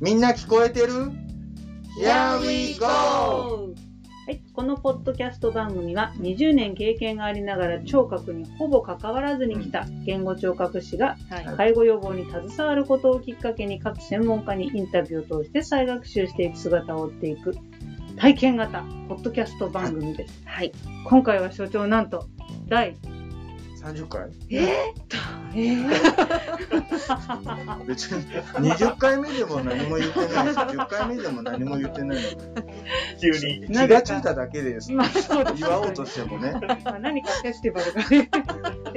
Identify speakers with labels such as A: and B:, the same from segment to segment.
A: みんな聞こえてる ?Here we go!
B: はい、このポッドキャスト番組は20年経験がありながら聴覚にほぼ関わらずに来た言語聴覚士が
C: はい。
B: 介護予防に携わることをきっかけに各専門家にインタビューを通して再学習していく姿を追っていく体験型ポッドキャスト番組です。
C: はい。
B: 今回は所長なんと第
A: 30回
B: え
A: 別に20回目でも何も言ってないし、10回目でも何も言ってないの
D: 急に。
A: 気がついただけです。
B: まあそうです
A: 祝おうとしてもね。
B: まあ何かフェスティバルがね フェ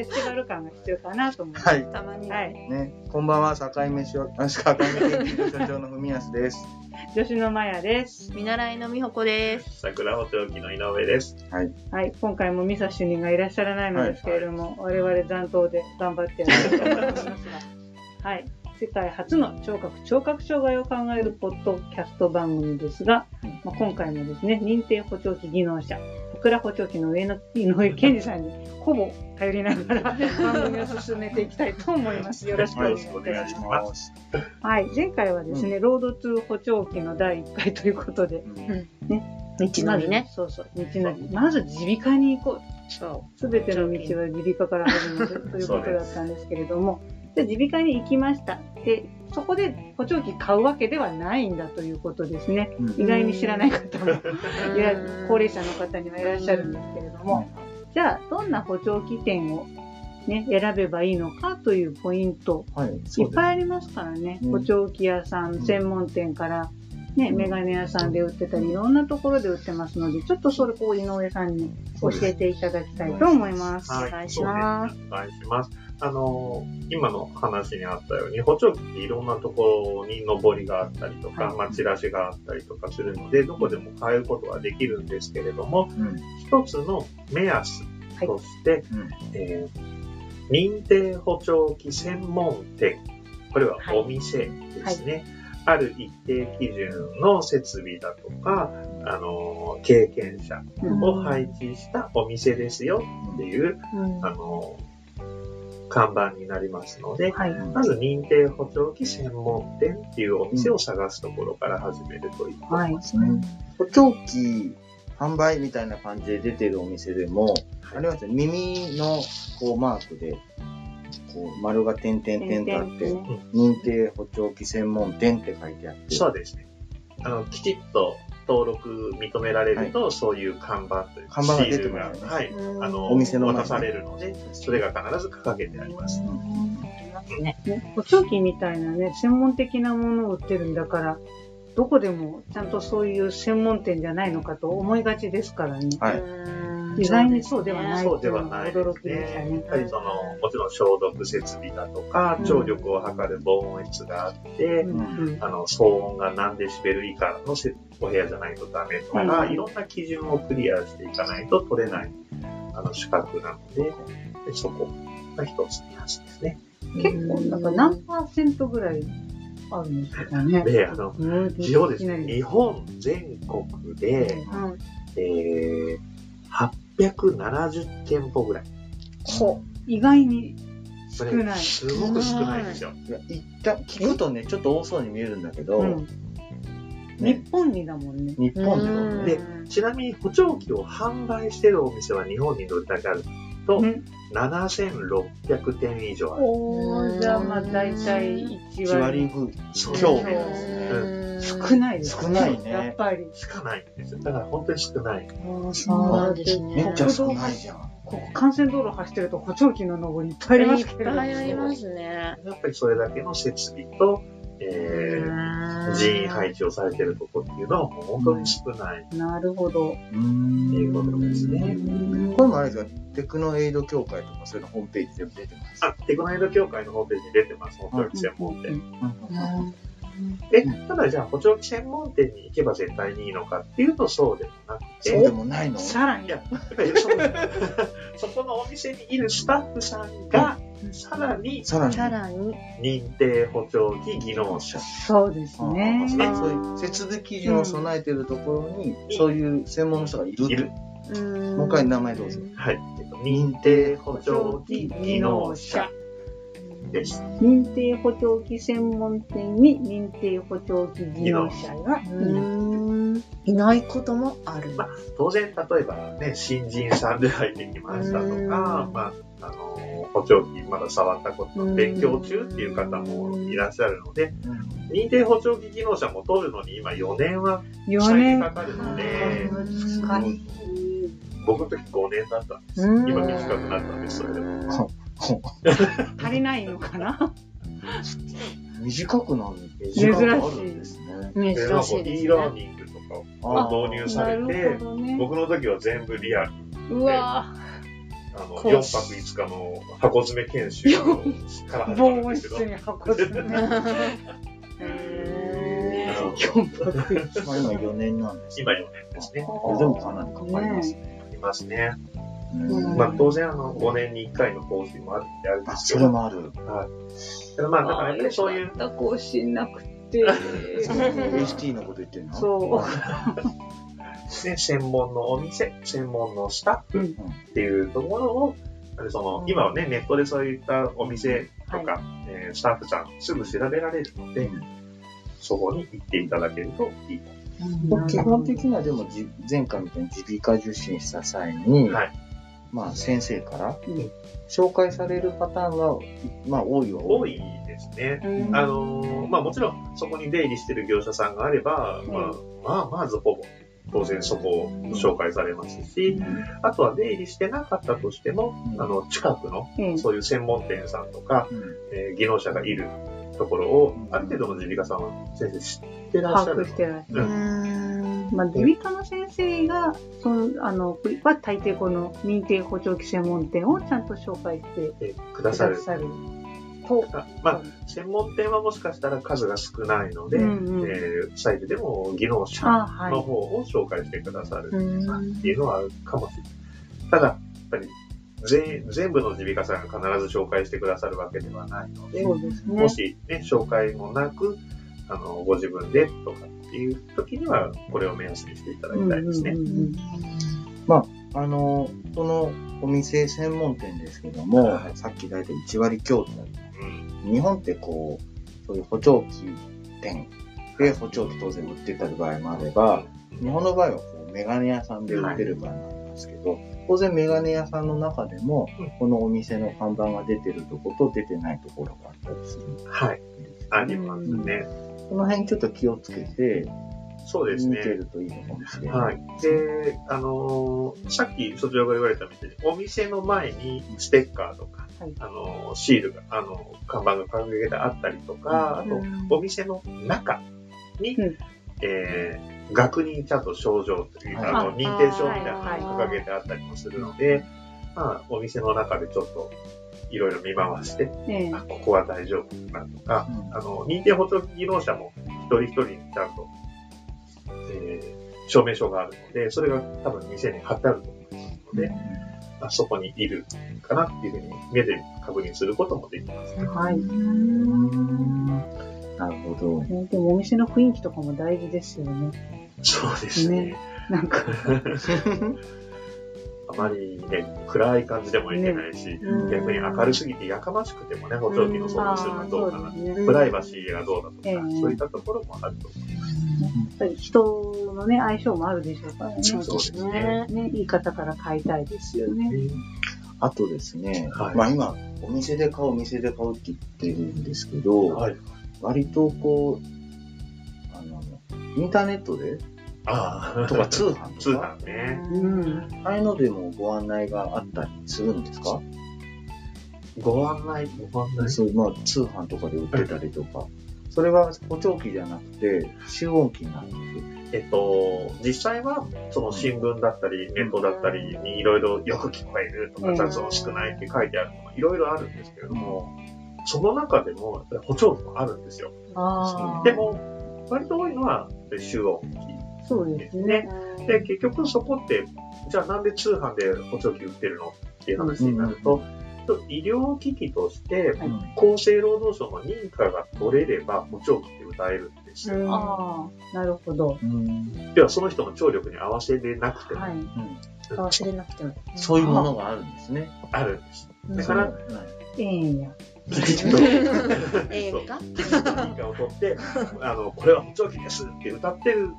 B: スティバル感が必要かなと思います。
A: はい。
C: たまに。
B: はい。
A: ね、こんばんは、境飯を、あ、境目研究所所長の文康です。
B: 助手のまやです。
C: 見習いのみほこです。
D: 桜補聴器の井上です。
A: はい。
B: はい、今回もミサ主任がいらっしゃらないのですけれども、我々残党で頑張ってやろうと思いますが、はい、世界初の聴覚聴覚障害を考えるポッドキャスト番組ですが、まあ、今回もですね、認定補聴器技能者、桜補聴器の上の井上健二さんにほぼ頼りながら番組を進めていきたいと思います。よろしくお願いし
D: よろしくお
B: ま
D: 願い
B: す
D: し。
A: ます。
B: はい、前回はですね、ロード2補聴器の第1回ということで、
C: 道のりね。
B: そうそう、道のり。まず耳鼻科に行こう。すべての道は耳鼻科から始まるということだったんですけれども、で耳鼻科に行きました。で、そこで補聴器買うわけではないんだということですね。
A: うん
B: 意外に知らない方も、い
C: い
B: や高齢者の方にはいらっしゃるんですけれども、じゃあ、どんな補聴器店をね、選べばいいのかというポイント
A: はい、
B: い
A: そう
B: っ
A: です
B: ぱいありますからね、
A: うん
B: 補聴器屋さ、
A: うんん
B: 専門店から、ね、
A: うん
B: メガネ屋さんで売ってたり、いろんなところで売ってますので、ちょっとそれを井上さんに教えていただきたいと思います。
D: は。
C: お願いします
D: お願いします。あのー今の話にあったように、補聴器っていろんなところに上りがあったりとか、
B: はい
D: まあ、チラシがあったりとかするので、どこでも買えることはできるんですけれども、
A: うん
D: 一つの目安として、
A: うん
D: えー認定補聴器専門店、これは
C: はい
D: お店ですね。ある一定基準の設備だとか、あのー、経験者を配置したお店ですよっていう、
C: うん
D: あのー、看板になりますので、
B: はい。
D: まず認定補聴器専門店っていうお店を探すところから始めるといいと思いますね。
A: 補聴器販売みたいな感じで出てるお店でも、ありますよね耳のこうマークで、こう丸が点々点とあって、
B: 点々
A: 認定補聴器専門店って書いてあって、
D: そうですね。あの、きちっと登録認められると、そういう看板というか
A: 看板が
D: シール
A: 出てくるんですね
D: はい。
C: うん
D: あの、
A: お店の前に
D: 渡されるので、それが必ず掲げてあります。
C: ありますね。
B: ね補聴器みたいなね、専門的なものを売ってるんだから、どこでもちゃんとそういう専門店じゃないのかと思いがちですからね。
A: はい
C: うん
B: 意外にそうではない
D: そうではないです
B: 驚きでした
D: ね。
B: ね
D: やっぱりその、もちろん消毒設備だとか
B: うん、
D: 聴力を測る防音室があって、
B: うんうん
D: あの、騒音が何デシベル以下のせお部屋じゃないとダメとか、
B: うん
D: いろんな基準をクリアしていかないと取れない、あの、資格なので、でそこが一つ目安ですね。
B: 結構、なんか何パーセントぐらいあるんですかね。
D: で、あの、
B: うん
D: 一応です
B: いきなり
D: ね、日本全国で、
C: うん
D: えー、870店舗ぐらい。
B: ほ意外に
D: そ
B: 少
D: れ
B: ない。
D: すごく少ないんですよ。
A: いや一旦聞くとね、ちょっと多そうに見えるんだけど、
B: うん
A: ね
B: 日、本にだもんね。
A: 日本でも
C: う
A: ね、
C: ん
D: でちなみに補聴器を販売してるお店は日本にどれだけあると
B: うん、
D: 7600店以上ある。
B: おーじゃあまあ大体1
A: 1
B: 割
A: 割ぐ
D: そ
A: 今
D: う
A: 日
D: ね。
C: うん
B: 少ないです
A: 少ないね
B: やっぱり。
D: 少ないんですよ。だから本当に少ない。
C: そうなんですね。
A: めっちゃ少ないじゃん。
B: ここ幹線道路走ってると補聴器の上りいっぱいありますけれども。
C: いっぱいありますね。
D: やっぱりそれだけの設備と、えー、人員配置をされてるとこっていうのはもう本当に少ない。
B: なるほど。
A: うーん
D: っていうことですね
A: これもあれですよ、テクノエイド協会とかそういうのホームページでも出てます。
D: あ、テクノエイド協会のホームページに出てます。補聴器専門
C: う
D: 店。
C: ん
D: で、ただじゃあ補聴器専門店に行けば絶対にいいのかっていうとそうでもなくて、
A: そうでもないの
B: さらに
D: い。ややっぱりそのそこのお店にいるスタッフさんが、さらに
A: さらに。
C: さらに、
D: 認定補聴器技能者。
B: そうですね。
D: あ
A: ね、そういう設備基準を備えているところに、そういう専門の人がいる。
D: いる
C: も
A: もう一回名前どうぞ。
D: はい。認定補聴器技能者。です。
B: 認定補聴器専門店に認定補聴器技能者がいる。
C: うんいないこともある。
D: ま当然、例えばね、新人さんで入ってきましたと
C: うん
D: か、まあ、あの、補聴器まだ触ったこと
C: う
D: の
C: ん
D: 勉強中っていう方もいらっしゃるので、
A: うん
D: 認定補聴器技能者も取るのに今4年は
B: 4
D: 下に
B: 年
D: かかるので、
C: 難しい。
D: 僕の時5年だったんです。
C: うん
D: 今短くなったんです、それでも。
B: 足りないのかな
A: 短くなる
B: 珍しい
A: 短くあるんですね。
C: 珍
D: でなんか
C: しいです
D: e
C: ね。
D: ラーニングとか
A: あー
D: を導入さ
B: な
D: れ
B: る
D: て、
B: ほどね。
D: 僕の時は全部リアル。
B: うわ
D: あの、
C: 講
D: 4
C: 師
D: 泊5日の箱詰め研修から
B: ぁ、
D: 始
B: 防
D: まるん
B: 音
D: です
B: 室
D: けど、
B: に箱詰め。
A: まあ
C: へ
D: あの
A: 今4年なんです。
D: 今4年ですね。
A: あでもかなりかかりますね。
D: いますね。
A: うん
D: まあ当然あの5年に1回の講習もあるってあるんで
A: あ、
D: す
A: そ
D: け
A: れ
D: ど、
A: もある。
D: ただまあだからね、そういう、
B: た更新なくて。
A: HT のこと言ってるの
B: そう。
D: ね、専門のお店、専門のスタッフっていうところを、その今はね、ネットでそういったお店とか、えースタッフさんすぐ調べられるので、そこに行っていただけるといいと。
A: 僕基本的にはでもじ前回みたいに耳鼻科受診した際に、
D: はい
A: まあ先生から
B: うん
A: 紹介されるパターンが、まあ多いよ。
D: 多いですね。
B: うん
D: あのーまあもちろんそこに出入りしてる業者さんがあれば、まあ、まあまずほぼ当然そこを紹介されますし、あとは出入りしてなかったとしても、
A: うん
D: あの、近くの
B: うん
D: そういう専門店さんとか、
A: うん
D: えー技能者がいるところを
A: う、ん
D: ある程度の耳鼻科さんは先生知ってらっしゃ
B: 把握
D: る
B: し
D: の
B: て
D: で、
B: ないう
C: うんん
B: まあ、耳鼻科の先生が、その、あの、は大抵この認定補聴器専門店をちゃんと紹介して
D: えーく
B: く
D: だ
B: だ
D: さ
B: さ
D: る
B: る。。と、
D: あまあ、専門店はもしかしたら数が少ないので、
B: うんうん
D: えーサイトでも技能者
B: あ、は
D: の
B: い。
D: 方を紹介してくださる
C: うん
D: っていうのはあるかもしれない。ただ、やっぱり全全部の耳鼻科さんが必ず紹介してくださるわけではないので、
B: そうですね
D: も。しね、紹介もなく、あの、ご自分でとかっていう時には、これを目安にしていただきたいですね。
B: うんうんうん
A: あの、このお店専門店ですけども、
D: はい
A: さっき大体1割強って
D: うん
A: 日本ってこう、そういう補聴器店で補聴器当然売ってた場合もあれば、日本の場合はこうメガネ屋さんで売ってる場合もありますけど、当然メガネ屋さんの中でも
D: うん、
A: このお店の看板が出てるとこと出てないところがあったりする。
D: はい。ありますね。
A: この辺ちょっと気をつけて、
D: そうです
A: 見て
D: ね。
A: るといいのかもしれない。
D: はい。で、あのーさっき所長が言われたみたいに、お店の前にステッカーとか、
B: はい
D: あのーシールが、あのー看板が掲げてあったりとか、あと、お店の中に、
B: うん
D: えー額にちゃんと症状というか、あ
B: あ
D: の認定証みたい
B: は
D: ないのを掲げてあったりもするので、まあ、お店の中でちょっといろいろ見回して、
B: ええ
D: あ、ここは大丈夫かなとか、
A: うん
D: あの、認定補助技能者も一人一人にちゃんと、えー証明書があるので、それが多分店に貼ってあると思いますので、あそこにいるかなっていうふうに目で確認することもできます。
B: はい。
A: うんなるほど。
B: ねでもお店の雰囲気とかも大事ですよね。
D: そうですね
B: ねなんか、
D: あまりね、暗い感じでもいけないし、
B: うん
D: 逆に明るすぎてやかましくてもね、補聴器の装備するのはどうかな、
B: そうですね。
D: プライバシーがどうだとか、
B: うん
D: そういったところもあると思
B: やっぱり人のね、相性もあるでしょうからね。
D: そうですね。
B: ね、言い方から変えたいですよ
D: う
B: ね。
D: んで
A: あとですね、
D: はい
A: まあ今、お店で買う、お店で買うって言ってるんですけど、
D: はい。
A: 割とこう、あの、インターネット で
D: ああ、
A: とか通販
D: 通
A: とか、
D: 販ね。
B: うん。
A: ああいうのでもご案内があったりするんですか
D: ご案内、ご案内。
A: そう、まあ通販とかで売ってたりとか。それは補聴器じゃなくて、集音器になるんで
D: えっと、実際は、その新聞だったり、ネットだったりにいろいろよく聞こえると
B: う
D: か、
B: ん
D: 雑音少ないって書いてあるのもいろいろあるんですけれども、その中でも補聴器もあるんですよ。
C: あー
D: で、も、割と多いのは、集音機。
B: そうです
D: ね
B: ね。
D: で、結局そこって、じゃあなんで通販で補聴器売ってるのっていう話になると、医療機器として
A: す
B: はい
A: うん
D: 厚生労働省の認可が取れれば補聴器って歌えるんですよ。
B: ああ、なるほど。
A: うん
D: ではその人の聴力に合わせでなくても
B: はい。
C: 忘れなくても。
A: そういうものがあるんですね。
D: あるんです。
C: うん
D: だから
A: そのはい
B: ええんや。
C: 映画
D: 何かを取って、あの、これは補聴器ですって歌ってる、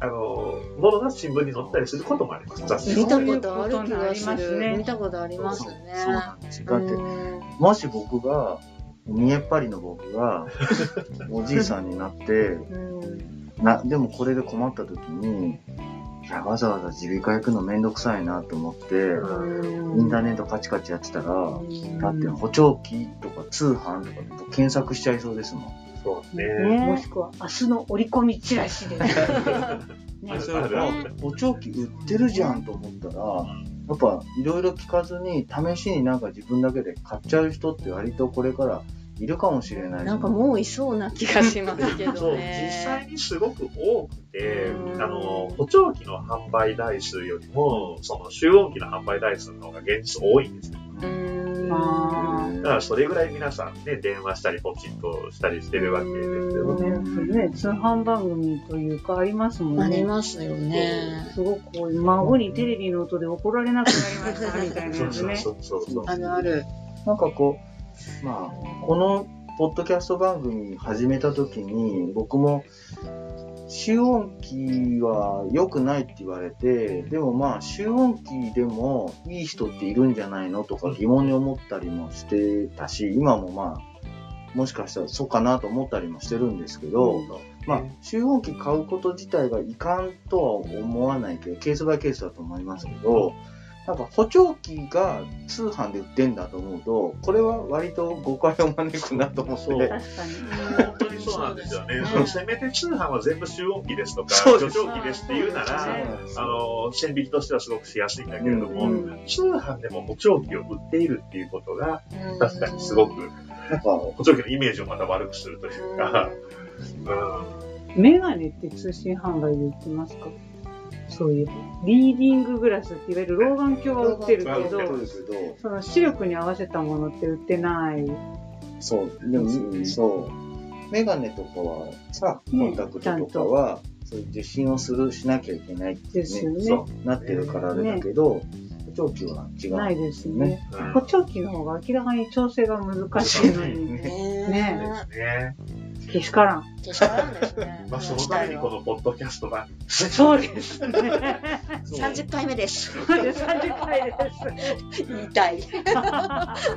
D: あの、ものが新聞に載ったりすることもあります。雑誌
C: 見
D: の
C: た
D: 方で。
C: ことある気がす
B: そういうことになります
C: る。
B: ね
C: 見たことありますね。
A: そうなんです。だ
C: う
A: って、
C: ん
A: もし僕が、見えっぱりの僕 が、おじいさんになって、
C: うん
A: な、でもこれで困った時に、いや、わざわざ耳鼻科行くのめんどくさいなと思って、インターネットカチカチやってたら、だって補聴器とか通販とかで僕検索しちゃいそうですもん。
D: そうね。
B: もしくは明日の折り込みチラシで。 ね
D: あるあるある
A: 補聴器売ってるじゃんと思ったら、
D: うん
A: やっぱいろいろ聞かずに試しになんか自分だけで買っちゃう人って割とこれからいるかもしれない。
C: なんかもういそうな気がしますけ
D: そ
C: ど
D: う、実際
C: ね。
D: にすごく多くて
C: う、ん
D: あの、補聴器の販売台数よりも、その集音器の販売台数の方が現実多いんですよ。
C: うん
B: あ
D: だからそれぐらい皆さんね、電話したり、ポチッとしたりしてるわけですよ
B: ー
D: ね。
B: ね、通販番組というかありますも
C: あ
B: ん
C: り
B: ね。
C: ますよね。
B: すごくこういう孫にテレビの音で怒られなくなりましたみたいな
D: そ
B: や
D: う
B: つ
D: そう
B: ね。
D: そうそうそう。
C: あるある。
A: なんかこう、まあ、このポッドキャスト番組始めた時に、僕も、集音機は良くないって言われて、でもまあ、集音機でもいい人っているんじゃないのとか疑問に思ったりもしてたし、今もまあ、もしかしたらそうかなと思ったりもしてるんですけど、まあ、集音機買うこと自体がいかんとは思わないけど、ケースバイケースだと思いますけど、なんか補聴器が通販で売ってんだと思うと、これは割と誤解を招くなと思って、
D: そう
B: 確かに。
D: 本当にそうなんですよ
C: そ
D: ね。
C: う
D: その
C: です
D: せめて通販は全部集音機ですとか、
A: そうで
D: 助
A: す
D: 聴器ですって言うな
A: そう
D: ら、
A: なんです
D: あの、線引きとしてはすごくしやすいんだけれども、
B: うん
D: 通販でも補聴器を売っているっていうことが、確かにすごく
A: なんか、
D: 補聴器のイメージをまた悪くするというか、うん
B: メガネって通信販売で売ってますかそういう。リーディンググラスっていわゆる老眼鏡は売ってる
D: 老
B: け
D: 眼
B: ど
D: 鏡は売って、
A: そうですけど、
B: その視力に合わせたものって売ってない。
A: そう、でも、そう、メガネとかはさ、コンタクトとかは、そういう受診をする、しなきゃいけないって
B: ですよ
A: ね、
B: ね
A: そうなってるからあれだけど、補聴器は違う。
B: ないですよね。
D: うん
B: 補聴器の方が明らかに調整が難しいのに、
A: ね
C: ね
D: そうですね。
B: けしからん。
C: え。確かにです ね。
D: まあ、そのためにこのポッドキャストが、
B: そうですね。
A: そう
C: 三十回目です。
B: なんで30回です。
C: 言いたい。
A: そ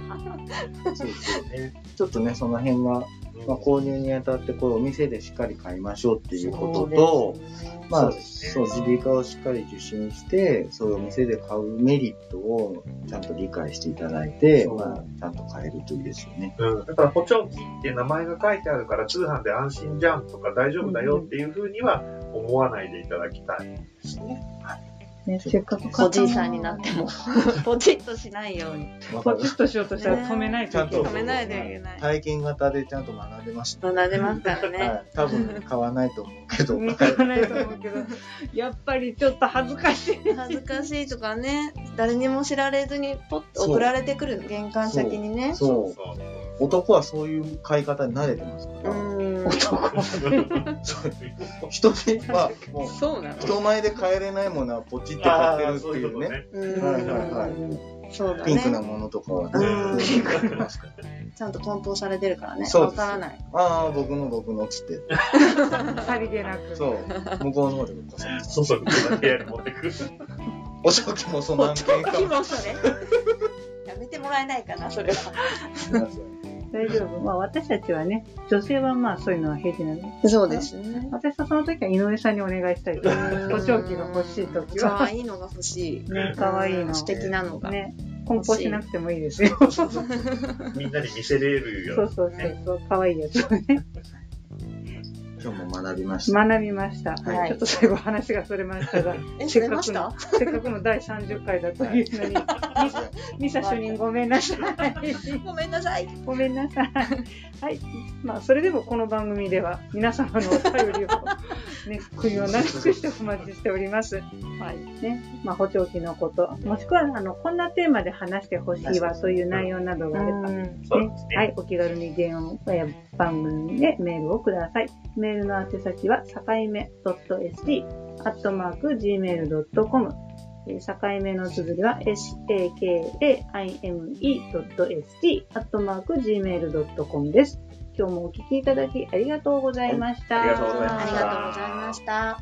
A: うそうね。ちょっとね、その辺が、まあ、購入にあたって、こう、お店でしっかり買いましょうっていうことと、まあ、そう、耳鼻科をしっかり受診して、そういうお店で買うメリットをちゃんと理解していただいて、
D: そう
A: まあ、ちゃんと買えるといいですよね。
D: うん、だから補聴器って名前が書いてあるから通販で安心じゃんとか大丈夫だよっていうふうには思わないでいただきたいですね。
B: ね、 せっかく買
C: お
B: ったの
C: じい
B: に
C: さんになっても、 ポチッとしないように。
A: ま
B: ポ
A: た
B: チッとしようとしたら止めないといけ
A: そう
B: な
A: そ
B: い。
A: う
C: 止めないといけない。
A: 体験型でちゃんと学んでました。
C: 学んでますから
A: は
C: ね。
A: い。多分、買わないと思うけど。
B: 見かないと思うけど、やっぱりちょっと恥ずかしい。
C: 恥ずかしいとかね、誰にも知られずにポッと送られてくる玄関先に ね。
A: そう
D: そう
A: う。男はそういう買い方に慣れてますか
C: う
A: ら。
C: ん。
A: 男 人には、もう、
C: そうなの
A: 人前で買えれないものはポチッと買ってるっていうね。。
C: うん
A: はいはい
C: そうだ
A: ピンクな
C: ね。
A: ものとかは
C: うん
A: ね、ピンクなものとかはね
C: ちゃんと梱包されてるからね。
A: そう
C: わ
A: です
C: からない。
A: ああ、僕の僕のっつって。
B: さりげなく。
A: そう。向こうの方で僕は
D: そうそう、部屋に持ってくる。
A: お正気もその
C: 補
A: 案
C: 聴
A: 件か
C: 器
A: も
C: もそれ。 やめてもらえないかな、それは。
A: しれません。
B: 大丈夫。まあ私たちはね、女性はまあそういうのは平気なので。
C: そうですね。
B: 私はその時は井上さんにお願いしたいと思います。補聴器が欲しい時
C: 可
B: は。
C: 愛いのが欲し
B: ね
C: い。、
B: 可愛いの。
C: 素敵なのが。
B: ね、梱包しなくてもいいですよ。
D: みんなに見せれるよう
B: そ
D: な
B: うそうそうそう、可愛いやつをね。
A: 今日も学びました。
B: 学びました。
C: はい
B: ちょっと最後話がそれましたが、
C: え、
B: せ
C: 釣
B: っ
C: れ
B: か
C: ま
B: く
C: し
B: の
C: た、
B: せっかくの第30回だと いうのに、ミサ主任ごめんなさい。
C: ごめんなさい。
B: ごめんな さい。はい。まあ、それでもこの番組では皆様のお便りを、 ね、国を長くしてお待ちしております。はい。ね。まあ、補聴器のこと、もしくは、あの、こんなテーマで話してほしいわという内容などがあれば、
D: そうですね。
B: はい、お気軽に電話、えー番組でメールをください。メールの宛先は、境目 .sd、アットマーク、gmail.com、えー境目の綴りは sakaime.st.gmail.com です。今日もお聞きいただきありがとうございました。
D: はいありがとうございま
C: あ
D: し
C: り
D: た
C: がとうございました。